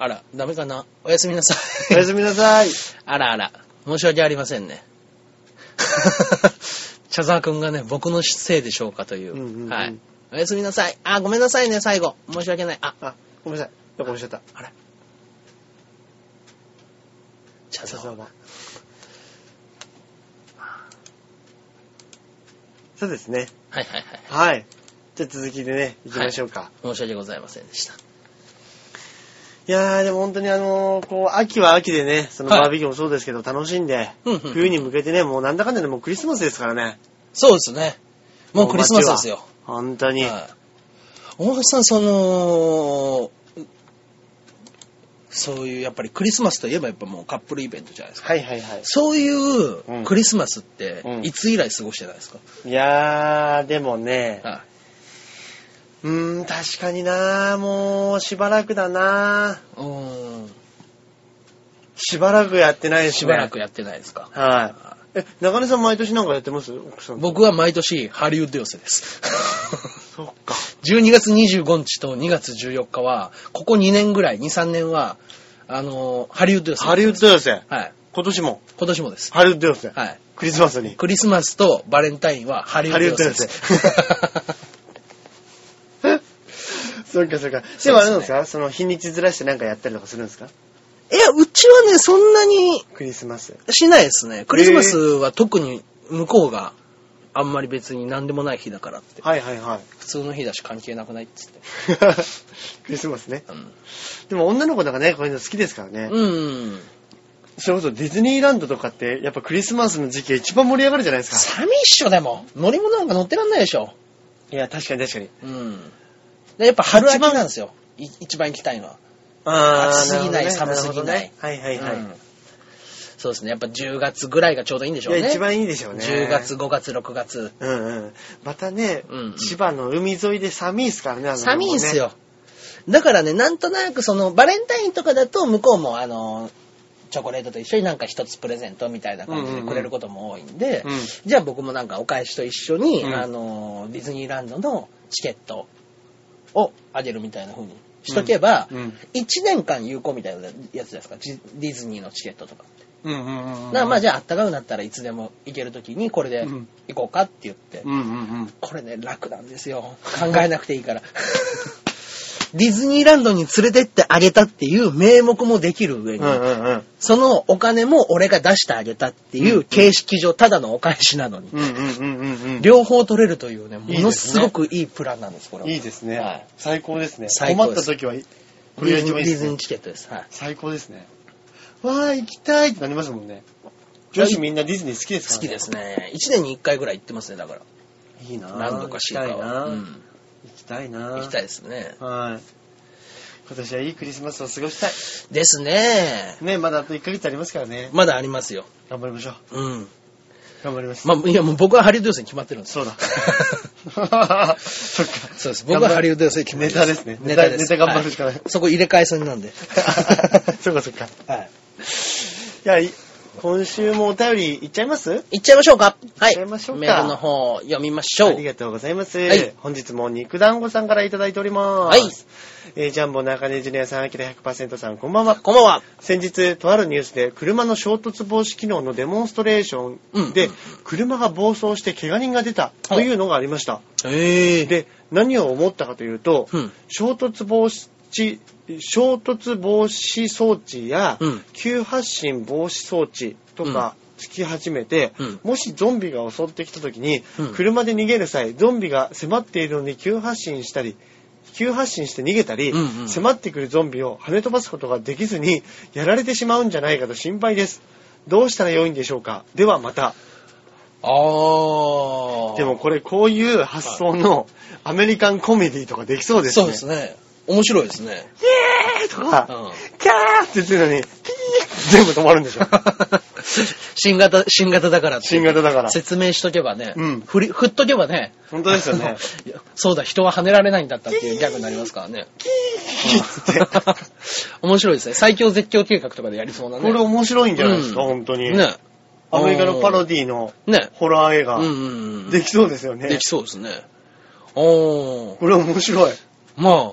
あら、ダメかな。おやすみなさおい。やすみなさい。あらあら、申し訳ありませんね。 [laughs] 茶沢くんがね、僕のせいでしょうかという。うんうんうんはい。おやすみなさい。あ、ごめんなさいね、最後。申し訳ない。あ、あ、ごめんなさい。どこ押しちゃった。茶さす沢。がそうですね。はいはいははい。い。じゃあ続きでね、行きましょうか。申し訳ございませんでした。い、やー、でも本当にあのーこう、秋は秋でね、そのはいバーベキューもそうですけど、楽しんで、うんうん冬に向けてね、もうなんだかんだでもうクリスマスですからね。そうですね。もうクリスマスですよ。本当に。はい。大橋さん、その、そういう、やっぱりクリスマスといえばやっぱもうカップルイベントじゃないですか。はいはいはい。そういううんクリスマスってう、んいつ以来過ごしてないですか、いやー、でもね、はうーん、確かになー、もう、しばらくだなー。い。うーん。しばらくやってないですね。しばらく。やってないですかはい。え、中根さん毎年なんかやってます奥さんと。僕は毎年ハリウッド寄せ [laughs] です。そっか。 12月25日と2月14日は、ここ2年ぐらい、2、3年は、あのーハリウッド寄せ。ハリウッド寄せ。はい。今年も。今年もです。ハリウッド寄せ。はい。クリスマスに。クリスマスとバレンタインはハリウッド寄せです。 [laughs] そっかそっか。でそうですねもあれなんですかその日にちずらしてなんかやったりとかするんですかいや、うちはね、そんなにクリスマス。 [laughs] しないですね。クリスマスは特に向こうがあんまり別に何でもない日だからって。はいはいはい。普通の日だし関係なくないっつって。 [laughs] クリスマスね。うん。でも女の子とかね、こういうの好きですからね。うん。それこそディズニーランドとかって、やっぱクリスマスの時期が一番盛り上がるじゃないですか。 [laughs] 寂いっしょ、でも。乗り物なんか乗ってらんないでしょ。いや、確かに確かに。うん。でやっぱ春秋なんですよ。い一番行きたいのは。あ暑すぎないるほどね寒すぎないるほどねはいはいはい。うんそうですね。やっぱ10月ぐらいがちょうどいいんでしょういや、ね。一番いいでしょうね。 10月、。5月、6月。うんうん。またね、うんうん千葉の海沿いで寒いですからね、あの寒いんす。よ。だからね、なんとなくその、バレンタインとかだと向こうもあの、チョコレートと一緒になんか一つプレゼントみたいな感じでくれることも多いんで、うんうんうんじゃあ僕もなんかお返しと一緒に、うんあの、ディズニーランドのチケットをあげるみたいな風にしとけば、うんうん1年間有効みたいなやつじゃないですか、ジディズニーのチケットとか。うんうんうんうん。だからまあじゃああったかくなったらいつでも行ける時にこれでうん行こうかって言って、うんうんうん。これね、楽なんですよ。考えなくていいから。 [laughs] ディズニーランドに連れてってあげたっていう名目もできる上に、うんうんうん。そのお金も俺が出してあげたっていう形式上、ただのお返しなのに、うんうんうんうんうん。両方取れるというね、もいいですねのすごくいいプランなんです、これは。いいですね。はい最高ですね。最高困でっすた時は、これデが一ィズニー番いいでディズすニーね。チケットです。はい。最高ですね。わー、行きたいってなりますもんね。女子みんなディズニー好きですか好らきですね。1年に1回ぐらい行ってますね、だから。いいなぁ何度かしかは。う行んきたいな行きたいいですね。なはい。今年はいいクリスマスを過ごしたい。ですね。ね、まだあと1ヶ月ありますからね。まだありますよ。頑張りましょう。うん。頑張ります。まあ、いや、もう僕はハリウッド予選決まってるんですそうだ。そっか。 [laughs] そうです。僕はハリウッド予選決まりまネタですねネタです。ネタネタ頑張るしかない。はそこ入れ替え戦なんでそうかそっか。はい。いや、い今週もお便りいっちゃいます行っちゃいましょうか。は行っい。ちゃいましょうかメールの方読みましょあうり。がとうございます。はい本日も肉団子さんからいただいております。はいえージャンボ中根ジュニアさん、アキラ100%さん、こんばんは。こんばんは。先日、とあるニュースで、車の衝突防止機能のデモンストレーションで、うんうん車が暴走して怪我人が出たというのがありました。ええで、何を思ったかというと、うん衝突防止、衝突防止装置や、うん急発進防止装置とか、つき始めて、うんもしゾンビが襲ってきた時に、うん車で逃げる際ゾンビが迫っているのに急発進したり急発進して逃げたり、うんうん迫ってくるゾンビを跳ね飛ばすことができずにやられてしまうんじゃないかと心配ですどうしたら良いんでしょうかではまたあー。でも、これこういう発想のアメリカンコメディとかできそうですねそうですね。面白いですね。 [laughs] えーとか、うんキャーって言ってるのに、ピー全部止まるんでし [laughs] ょ。新型、新型だからって新型だから。説明しとけばね。うん振り、振っとけばね。本当ですよね。いや [laughs] そうだ、人は跳ねられないんだったっていうギャグになりますからね。キーって。 [laughs] 面白いですね。最強絶叫計画とかでやりそうなね。これ面白いんじゃないですか、うん本当に。ね。アメリカのパロディのね。ホラー映う画、んうんうん。できそうですよね。できそうですね。おー。 [laughs] これ面白い。まあ、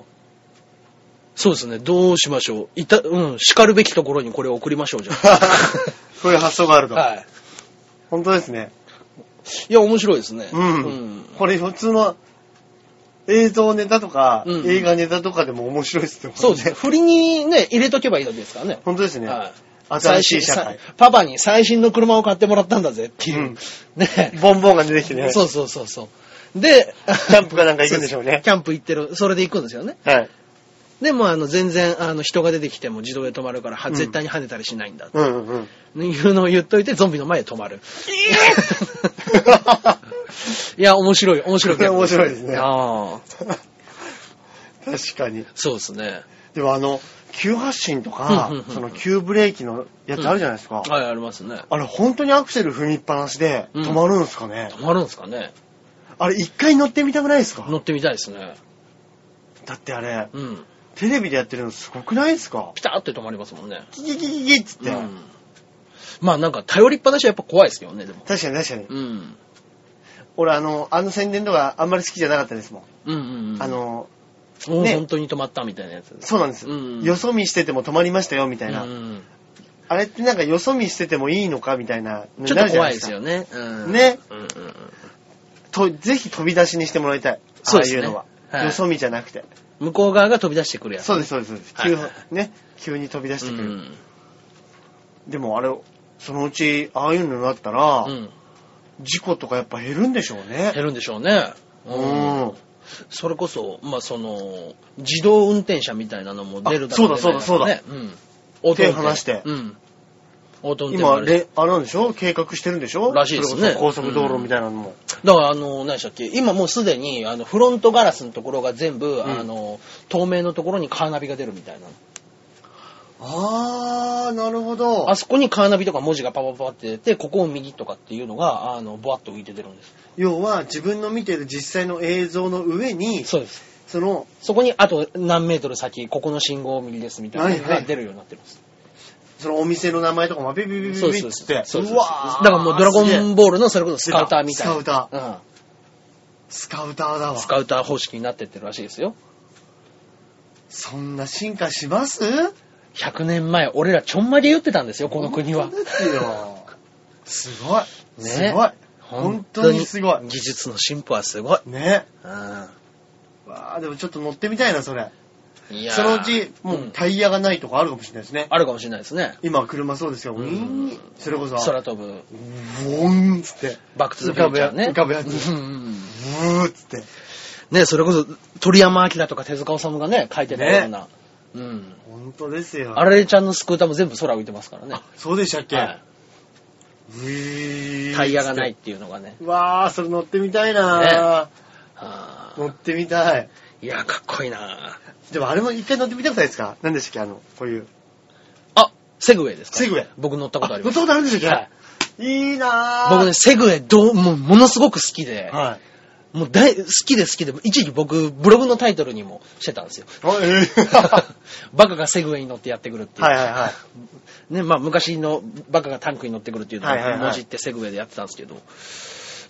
そうですね。どうしましょう。いた、うん、叱るべきところにこれを送りましょう、じゃ [laughs] こういう発想があるあ。と。はい。本当ですね。いや、面白いですね。うん。これ普通の映像ネタとか、うん映画ネタとかでも面白いですよ。そうですね。。振りにね、入れとけばいいわけですからね。本当ですね。はい。新しい社会。さパパに最新の車を買ってもらったんだぜっていう。うんね。ボンボンが出てきてね。そうそうそうそう。で、キャンプかなんか行くんでしょうねキャンプ行ってる、それで行くんですよね。はい。でも、あの、全然、あの、人が出てきても自動で止まるから、はうん絶対に跳ねたりしないんだ。うんうんうん。いうのを言っといて、ゾンビの前で止まる。 [laughs] いや、面白い、面白い。これ面白いですねああ、 [laughs] 確かに。そうですね。でもあの、急発進とかうんうんうんう、んその急ブレーキのやつあるじゃないですか。はい、ありますね。あれ本当にアクセル踏みっぱなしでうん止まるんですかね、止まるんですかね。あれ一回乗ってみたくないですか乗ってみたいですね。だってあれ、うん。テレビでやってるのすごくないですかピターって止まりますもんね。キキキキキっつって。うんまあなんか頼りっぱなしはやっぱ怖いですけどね、でも。確かに確かに。うん。俺あの、あの宣伝とかあんまり好きじゃなかったですもん。うんうんうん。あ、の、もうね本当に止まったみたいなやつ。そうなんです。うんよそ見してても止まりましたよ、みたいな。うんあれってなんかよそ見しててもいいのか、みたいな。ちょっと怖いですよ。ね。うんね。うんうんうん。と、ぜひ飛び出しにしてもらいたい。そうですねああいうのは。はいよそ見じゃなくて。向こう側が飛び出してくるやつ。そうです、そうです、そうです。はい急、はいね、急に飛び出してくうる。んでもあれ、そのうち、ああいうのになったら、うん。事故とかやっぱ減るんでしょうね。減るんでしょうね。うん。それこそ、まあその、自動運転車みたいなのも出るあそうだそうだそうだ。うん。オート運転手離してうん。オート運転もあ今、るしれあれなんでしょ計画してるんでしょらしいですねそれこそ高速道路みたいなのも。だから、あの、何でしたっけ今もうすでに、あの、フロントガラスのところが全部、あの、透明のところにカーナビが出るみたいな。あー、なるほど。あそこにカーナビとか文字がパパパって出て、ここを右とかっていうのが、あの、ぼわっと浮いて出るんです。要は、自分の見てる実際の映像の上に、そうです。その、そこに、あと何メートル先、ここの信号を右ですみたいなのはいがはい出るようになってます。そのお店の名前とかもビビビビビビそうビでっす。つって。そうです。うわーだからもうドラゴすげえンボールのそれこそスカウターみたいな。スカウター。スカウターだうん。わス。カウター方式になってってるらしいですよ。そんな進化します100年前、俺らちょんまげ言ってたんですよ、この国は。本当ですよ。すごい。ねすごい。本当にすごい。技術の進歩はすごい。ね。うんわあでもちょっと乗ってみたいな、それ。いやーそのうち、もんうタイヤがないとかあるかもしれないですね。あるかもしれないですね。今、車そうですよ。ウィーン。それこそ、空飛ぶ、ウォーンっつって、バックトゥザフューチャーね。浮かぶやつうんうんブーっつって。ね、それこそ、鳥山明とか手塚治虫がね、書いてたような。うん。本当ですよ。あられちゃんのスクーターも全部空浮いてますからね。そうでしたっけ、はウィーンっつっいてタイヤがないっ。ていうのがね。わあそれ乗ってみたいな、あ乗ってみたい。ーいや、かっこいいなでもあれも一回乗ってみたくないですか何でしたっけあの、こういう。あ、セグウェイですかセグウェイ僕乗ったことあり乗まっす。たことあるんでしたっけ、はいい、いなぁ。僕ね、セグウェイどう、もう、ものすごく好きで、はい。もう大、好きで好きで、一時期僕、ブログのタイトルにもしてたん [laughs] ですよ。あえ [laughs] ーバカがセグウェイに乗ってやってくるっていう。はいはいはい。ね、まあ昔のバカがタンクに乗ってくるっていうのはいはいはをい文字ってセグウェイでやってたんですけど、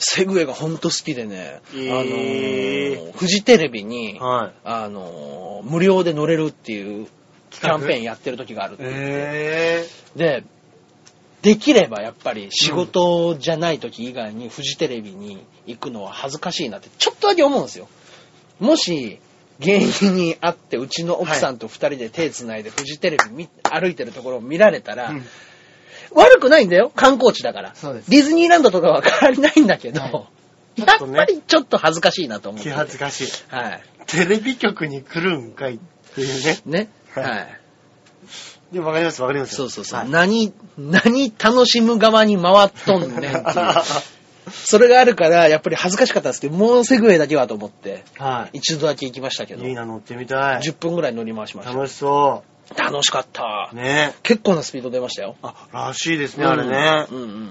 セグウェイがほんと好きでね、あのえーーフジテレビに、はい。あのー無料で乗れるっていうキャ企画ンペーンやってる時があるっていうえで、できればやっぱり仕事じゃない時以外にフジテレビに行くのは恥ずかしいなってちょっとだけ思うんですよ。もし、芸人に会ってうちの奥さんと二人で手繋いでフジテレビ見歩いてるところを見られたら、うん悪くないんだよ観光地だからそうですディズニーランドとかは変わりないんだけど、はいやちょっとっねぱりちょっと恥ずかしいなと思ー。って気恥ずかしい。はいテレビ局に来るんかいっていうね。ねは、はいいでもわかりますわかります。そうそうそう、はい何何楽しむ側に回っとんねんって [laughs] いうそれがあるから、やっぱり恥ずかしかったんですけど、もうセグウェイだけはと思って、は一度だけ行きましたけど、い。いいな、乗ってみたい。 10分ぐらい乗り回しまし楽しそた。楽しかったう。。ね結構なスピード出ましたよ。あ、らしいですね、あれね。うんうん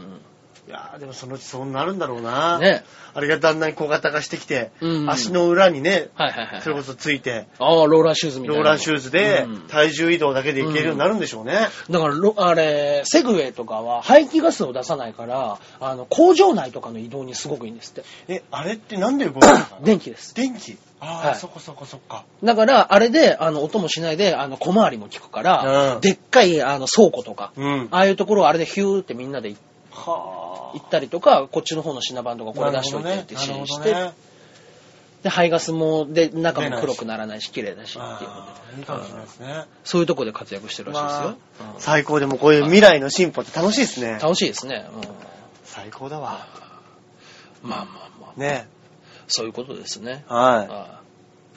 いやーでもそのうちそうなるんだろううな。ん。ね。あれがだんだん小型化してきて、うん足の裏にね、はいはいはい。それこそついて、ああ、ローラーシューズみたいロな。ーラーシューズでうん体重移動だけでいけるようになるんでしょうね。だからロ、あれ、セグウェイとかは排気ガスを出さないから、あの、工場内とかの移動にすごくいいんですって。え、あれってなんで動くのかな電気です。電気ああ、はいそこそこそっか。だから、あれで、あの、音もしないで、あの、小回りも効くから、うんでっかい、あの、倉庫とか、うん。ああいうところをあれでヒューってみんなで行はあ。ったりとか、こっちの方の品番とかこれ出しといてって指示して、で、排ガスも、で、中も黒くならないし、綺麗だしっていうあことーでいいかもしれないですね。そういうとこで活躍してるらしいですよ。まあうん最高でもこういう未来の進歩って楽しいですね。楽しいですね。うん最高だわ。まあまあまあ、ね。そういうことですね。はああい。今日はい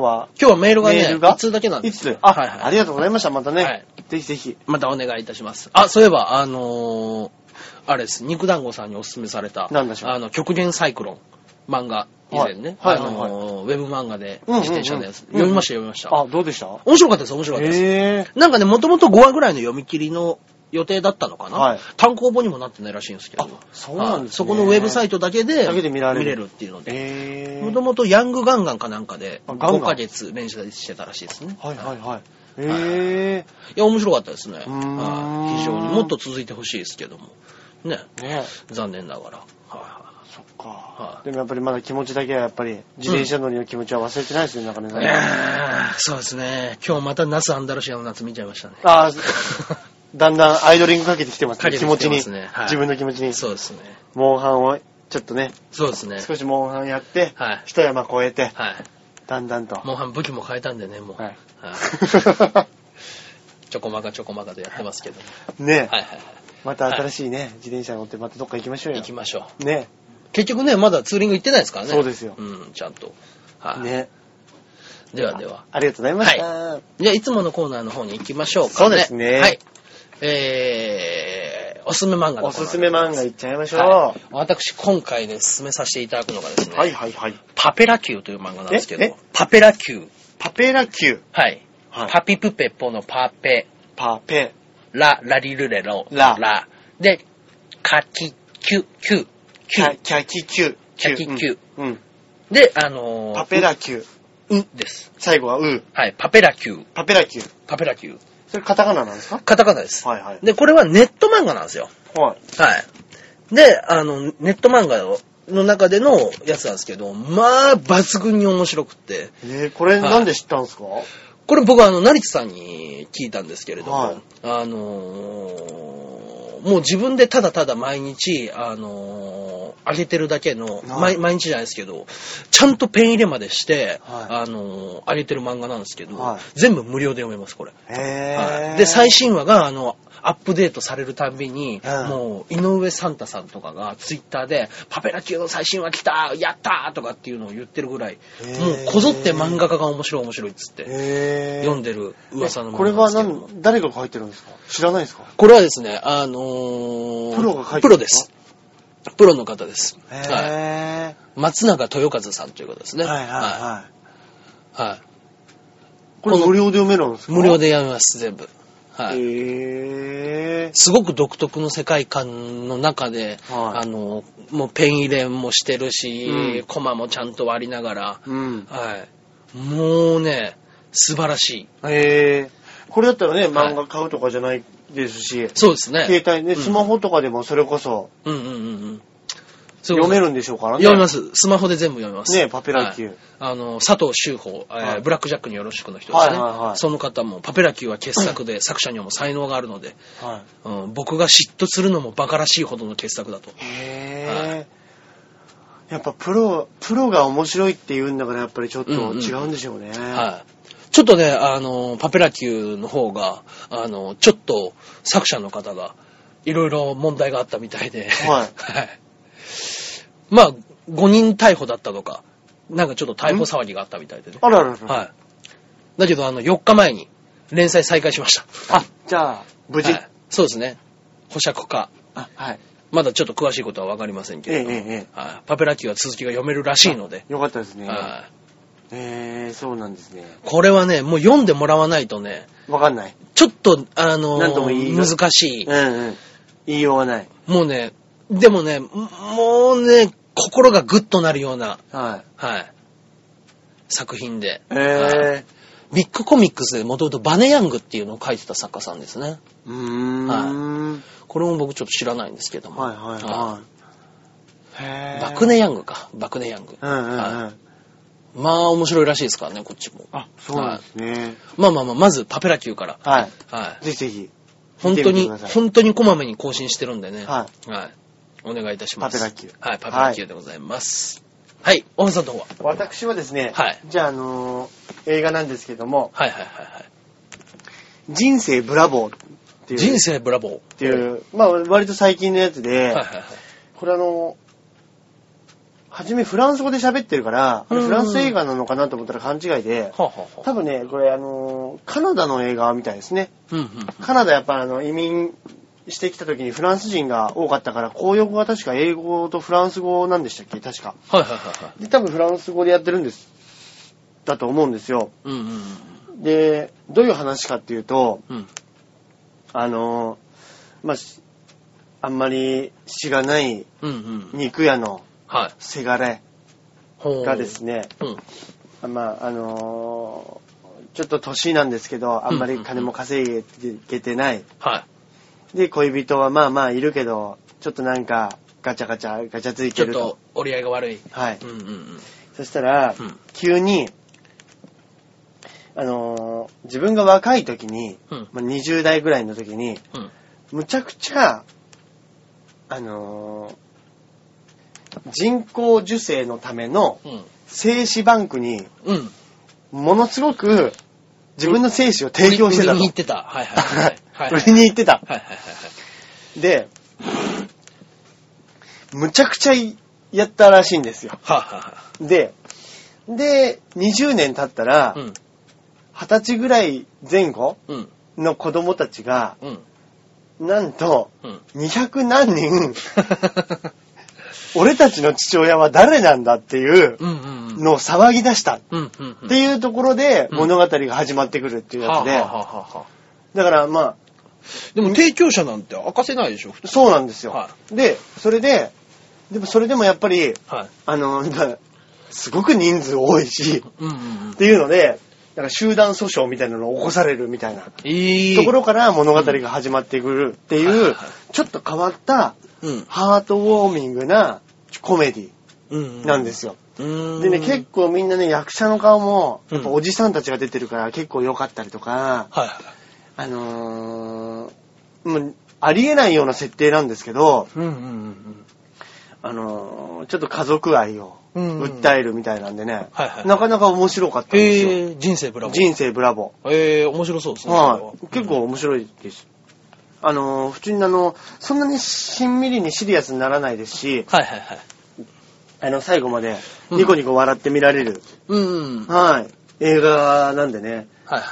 は、今日はメールがね、メールが一通だけなんでいすよつあ、はいはいありがとうございました。またね。はいぜひぜひ。またお願いいたします。あ、そういえば、あのーあれです、肉団子さんにお勧めされた、なんでしょうあの、極限サイクロン、漫画、以前ね、はいあはいはいはいのーウェブ漫画で、うんうんうん自転車のやつ、読みました、読みました。あ、どうでした面白かったです、面白かったです。えなんかね、もともと5話ぐらいの読み切りの予定だったのかな、はい単行本にもなってないらしいんですけど、そうなんですねはいそこのウェブサイトだけでだけで見られるっていうのー。で、えー。もともとヤングガンガンかなんかで、あガンガン5ヶ月連載してたらしいですね。はいはいはい。えいや、面白かったですね。はうーんい非常に。もっと続いてほしいですけども。ね。ー。ね残念ながら。はそっか、はいでもやっぱりまだ気持ちだけはやっぱり、自転車乗りの気持ちは忘れてないですね、なんかね。いはいいやーそうですね。今日またナスアンダルシアの夏見ちゃいましたね。ああ、だんだんアイドリングかけてきてますかね、けて気き持てちまにすねはい。自分の気持ちに。 [laughs] そうですね。モンハンを、ちょっとね、そうですね。少しモンハンやって、はい一山越えて、はい。だんだんと。モンハン武器も変えたんでね、もう。はい [laughs] はいちょこまかちょこまかとやってますけども。ね、はいはいまた新しいね、自転車乗ってまたどっか行きましょはうい。よ行き。ましょう。ね、結局ね、まだツーリング行ってないですからね。そうですようん、ちゃんと。はい。ね。ではでは。ありがとうございました。じゃあ、いつものコーナーの方に行きましょうかね。そうですねはい。えー、おすすめ漫画のコーナーおすすめ漫画いっちゃいましょう。はい、私、今回ね、勧めさせていただくのがですね、はいはいはい。パペラ級という漫画なんですけえどえ、パペラ級。パペラ級。はい。はいパピプペポのパペ、パペ。ラ、ラリルレロ、ララ。で、カキ、キュ、キュ、キキャュ。キャキ級。キャキ級うん。うん。で、あのー、パペラ級。う、うです。最後はう。はい。パペラ級。パペラ級。パペラ級。それカタカナなんですかカタカナです。はいはい。で、これはネット漫画なんですよ。はい。はい。で、あの、ネット漫画の中でのやつなんですけど、まあ、抜群に面白くって。えー、これなんで知ったんですか、これ僕はあの、成田さんに聞いたんですけれども、はいあのーもう自分でただただ毎日、あのー、上げてるだけの、はい毎毎日じゃないですけど、ちゃんとペン入れまでして、はあのー、上げてる漫画なんですけど、はい全部無料で読めます、これ。へはいで、最新話が、あの、アップデートされるたんびに、うんもう、井上サンタさんとかが、ツイッターで、パペラ級の最新話来たやったーとかっていうのを言ってるぐらい、へーもう、こぞって漫画家が面白い面白いっつって、へ読んででる噂の漫これ画なんはですけども何、誰が書いてるんですか知らないですかこれはですね、あのープロが書いてるんですかプロです。プロの方です。へはいえ。松永豊和さんということですね。はいはいはい。いはいこれ無料で読めるんですか無料。でやめます、全部。はい。へえ。すごく独特の世界観の中で、はいあの、もうペン入れもしてるし、うんコマもちゃんと割りながら、うん。はい。もうね、素晴らしい。へえ。これだったらね、漫画買うとかじゃないですし、そうですね。携帯ね、うんスマホとかでもそれこそうんうんうんうん。読めるるんでしょうからね。読めます。スマホで全部読めます。ねパペラ級はいあの、佐藤修法、えーはいブラックジャックによろしくの人ですね。はいはいはいその方も、パペラ級は傑作で、作者にはもう才能があるので、はうん、僕が嫉妬するのも馬鹿らしいほどの傑作だと。い。へえ。やっぱプロ、プロが面白いって言うんだからやっぱりちょっと違うんでしょうね。はい。ちょっとね、あの、パペラ級の方が、あの、ちょっと作者の方が、いろいろ問題があったみたいで、 [laughs] はいまあ、5人逮捕だったとか、なんかちょっと逮捕騒ぎがあったみたいでね。あらららら。はい。だけど、あの、4日前に連載再開しました。あ、じゃあ、無事。はいそうですね。保釈か。あ、はい。まだちょっと詳しいことはわかりませんけえええれども、ええはいパペラ級は続きが読めるらしいので、え。よかったですね。はいええ、そうなんですね。これはね、もう読んでもらわないとね、わかんない。ちょっと、あのなんとも言いよう難しい。うんうん。言いようがない。もうね、でもね、もうね、心がグッとなるような、はい。はい、作品で。はいええ。ビッグコミックスでもともとバネヤングっていうのを書いてた作家さんですね。うーん。これも僕ちょっと知らないんですけども。はいはいははい。へいえ。バクネヤングか。バクネヤング。うんうんうはん。まあ面白いらしいですからね、こっちも。あ、そうなんですね。まあまあまあ、まずパペラ級から。はい。はい。ぜひぜひ、本当見てみてに、ください本当にこまめに更新してるんでね。。はいお願いいたします。パペラ級はい、パペラ級でございます。はい、大野さんの方は。私はですね、はいじゃあ、あのー映画なんですけども、はいはいはいは人生ブラボーっていい。う、人っ生ブラボー。っていう、まあ、割と最近のやつで、はいはいはい。これあの、はじめフランス語で喋ってるから、うんフランス映画なのかなと思ったら勘違いで、はあ、はあはあ、多分ね、これあの、カナダの映画みたいですね。うんうん。カナダやっぱあの移民してきた時にフランス人が多かったから、公用語が確か英語とフランス語なんでしたっけ確か。はいはいはいはい。で、多分フランス語でやってるんです。だと思うんですよ。うんうんうん。で、どういう話かっていうと、うん。あの、まあ、しあんまり死がないうんうん。肉屋のはい。せがれほうがですね、うん。まああのーちょっと年なんですけどあんまり金も稼げて [laughs] ないはで恋人はまあまあいるけどちょっとなんかガチャガチャガチャついい。ちてょっるとと折り合いが悪い。はい、うんうんうん。そしたら、うん急にあのー自分が若い時に、うんまあ20代ぐらいの時にうん。むちゃくちゃあのー人工授精のためのうん。精子バンクにうん。ものすごく自分の精子を提供してた売りに行とっ。てた。は [laughs] いはいはい。はいはい売りに行ってた。はいはいはいはい。で、むちゃくちゃやったらしいんですよ。はいはで、で、20年経ったらいはい。、うん。 20歳ぐらい前後うん。の子供たちが、うん。なんと、うん。 200何人、 [laughs] 俺たちの父親は誰なんだっていう [laughs] うんうんうん。のを騒ぎ出したっうんうんうん。てういうところでうん物語が始まってくるっていうやつで、はあはあはあはあだからまあ、でも提供者なんて明かせないでしょ、普通。そうなんですよ。はで、それで、でもそれでもやっぱり、はい。あの、まあすごく人数多いし、うんうんうんっ。ていうので、だから集団訴訟みたいなのを起こされるみたいなええ。ところから物語が始まってくるってはいはいいはうい、ちょっと変わったうん。ハートウォーミングなコメデうん。ィなんですよ。うん。でね、結構みんなね、役者の顔も、うんやっぱおじさんたちが出てるから結構良かったりとか、構。はいはあのー、もうありえないような設定なんですけど、い。うんうんうん。あのーちょっと家族愛をうんうん訴えるみたいなんでね、はいはいなかなか面白かったんですよ。ええ、人生ブラボー。人生ブラボええ、面白そうですー。ね。はい。それ結構面白いです。あのー普通にあの、そんなにしんみりにシリアスにならないですし、は。はいはいはい。あの、最後までうんニコニコ笑って見られる、うんうん。はいはい。映画なんでね、はい。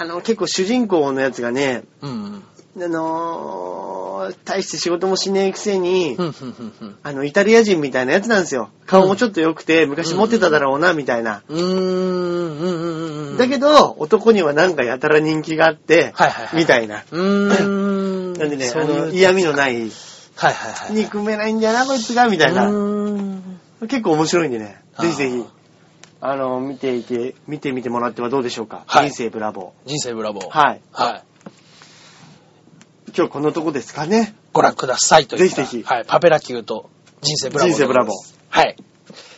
あの、結構主人公のやつがね、うんうん。あのー大して仕事もしねえくせに、うんうんうんうん。あの、イタリア人みたいなやつなんですよ。顔もちょっと良くて、昔持ってただろうな、みたいな。うーん、うんうんうん。だけど、ど、男にはなんかやたら人気があって、はいはいはいみたいな。うーん。なんでね、そうあいうの、嫌味のない、はいはいはい。み憎めないんだな、こいつが、みたいな。ん。結構面白いんでね、あーぜひぜひ、あの、見ていて、見てみてもらってはどうでしょうか。はい人生ブラボ人生ブラボー。ー。はい。はい。今日このとこですかね。ご覧くださいといったぜひぜひはい。パペラ級と人生ブラボー。人生ブラボー。はい。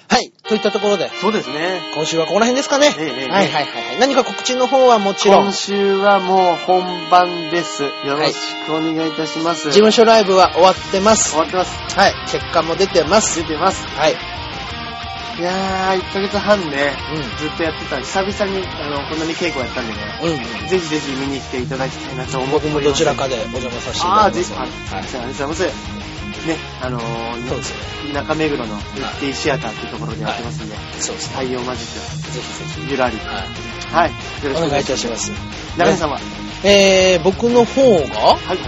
はい。といったところで、そうですね。今週はこの辺ですかね。ええええはいはいはいはい。何か告知の方はもちろん今、週はもう本番です。よろしくお願いいたします。事務所ライブは終わってます。終わってます。はい。結果も出てます出。てます。はい。いやー、1ヶ月半ね、うんずっとやってた。久々に、あの、こんなに稽古やったんでね、うん。ぜひぜひ見に来ていただきたいなと思って僕おりまもす。どちらかでお邪魔させていたあだあ、きぜまひ、す。あ、あはい。りがとうございます。ね、あのーそうですよね中目黒のウッディシアターっていうところでやってますんで、そうですね。太陽マジッぜひぜク、ゆらり。ひ。はい。はい、よろしくおお願願いいしいまたす。します。中根さんは、えー、僕の方が、はい、はい。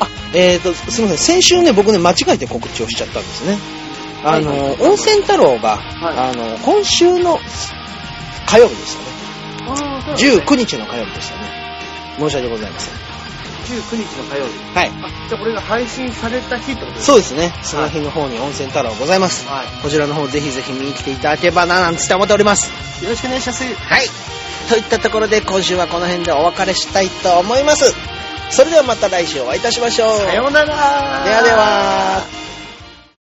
あ、えーと、すみません、先週ね、僕ね、間違えて告知をしちゃったんですね。あの、温泉太郎が、はあの、今週の火曜日でしたね。あーそうですね19日の火曜日でしたね。申し訳ございません。 19日の火曜日。はい。あ、じゃあこれが配信された日ってことですそかうですね、その日の方に温泉太郎ございます。はいこちらの方ぜひぜひ見に来ていただければな、なんつって思っております。よろしくお願いします。はい。といったところで今週はこの辺でお別れしたいと思います。それではまた来週お会いいたしましょう。さようならではでは。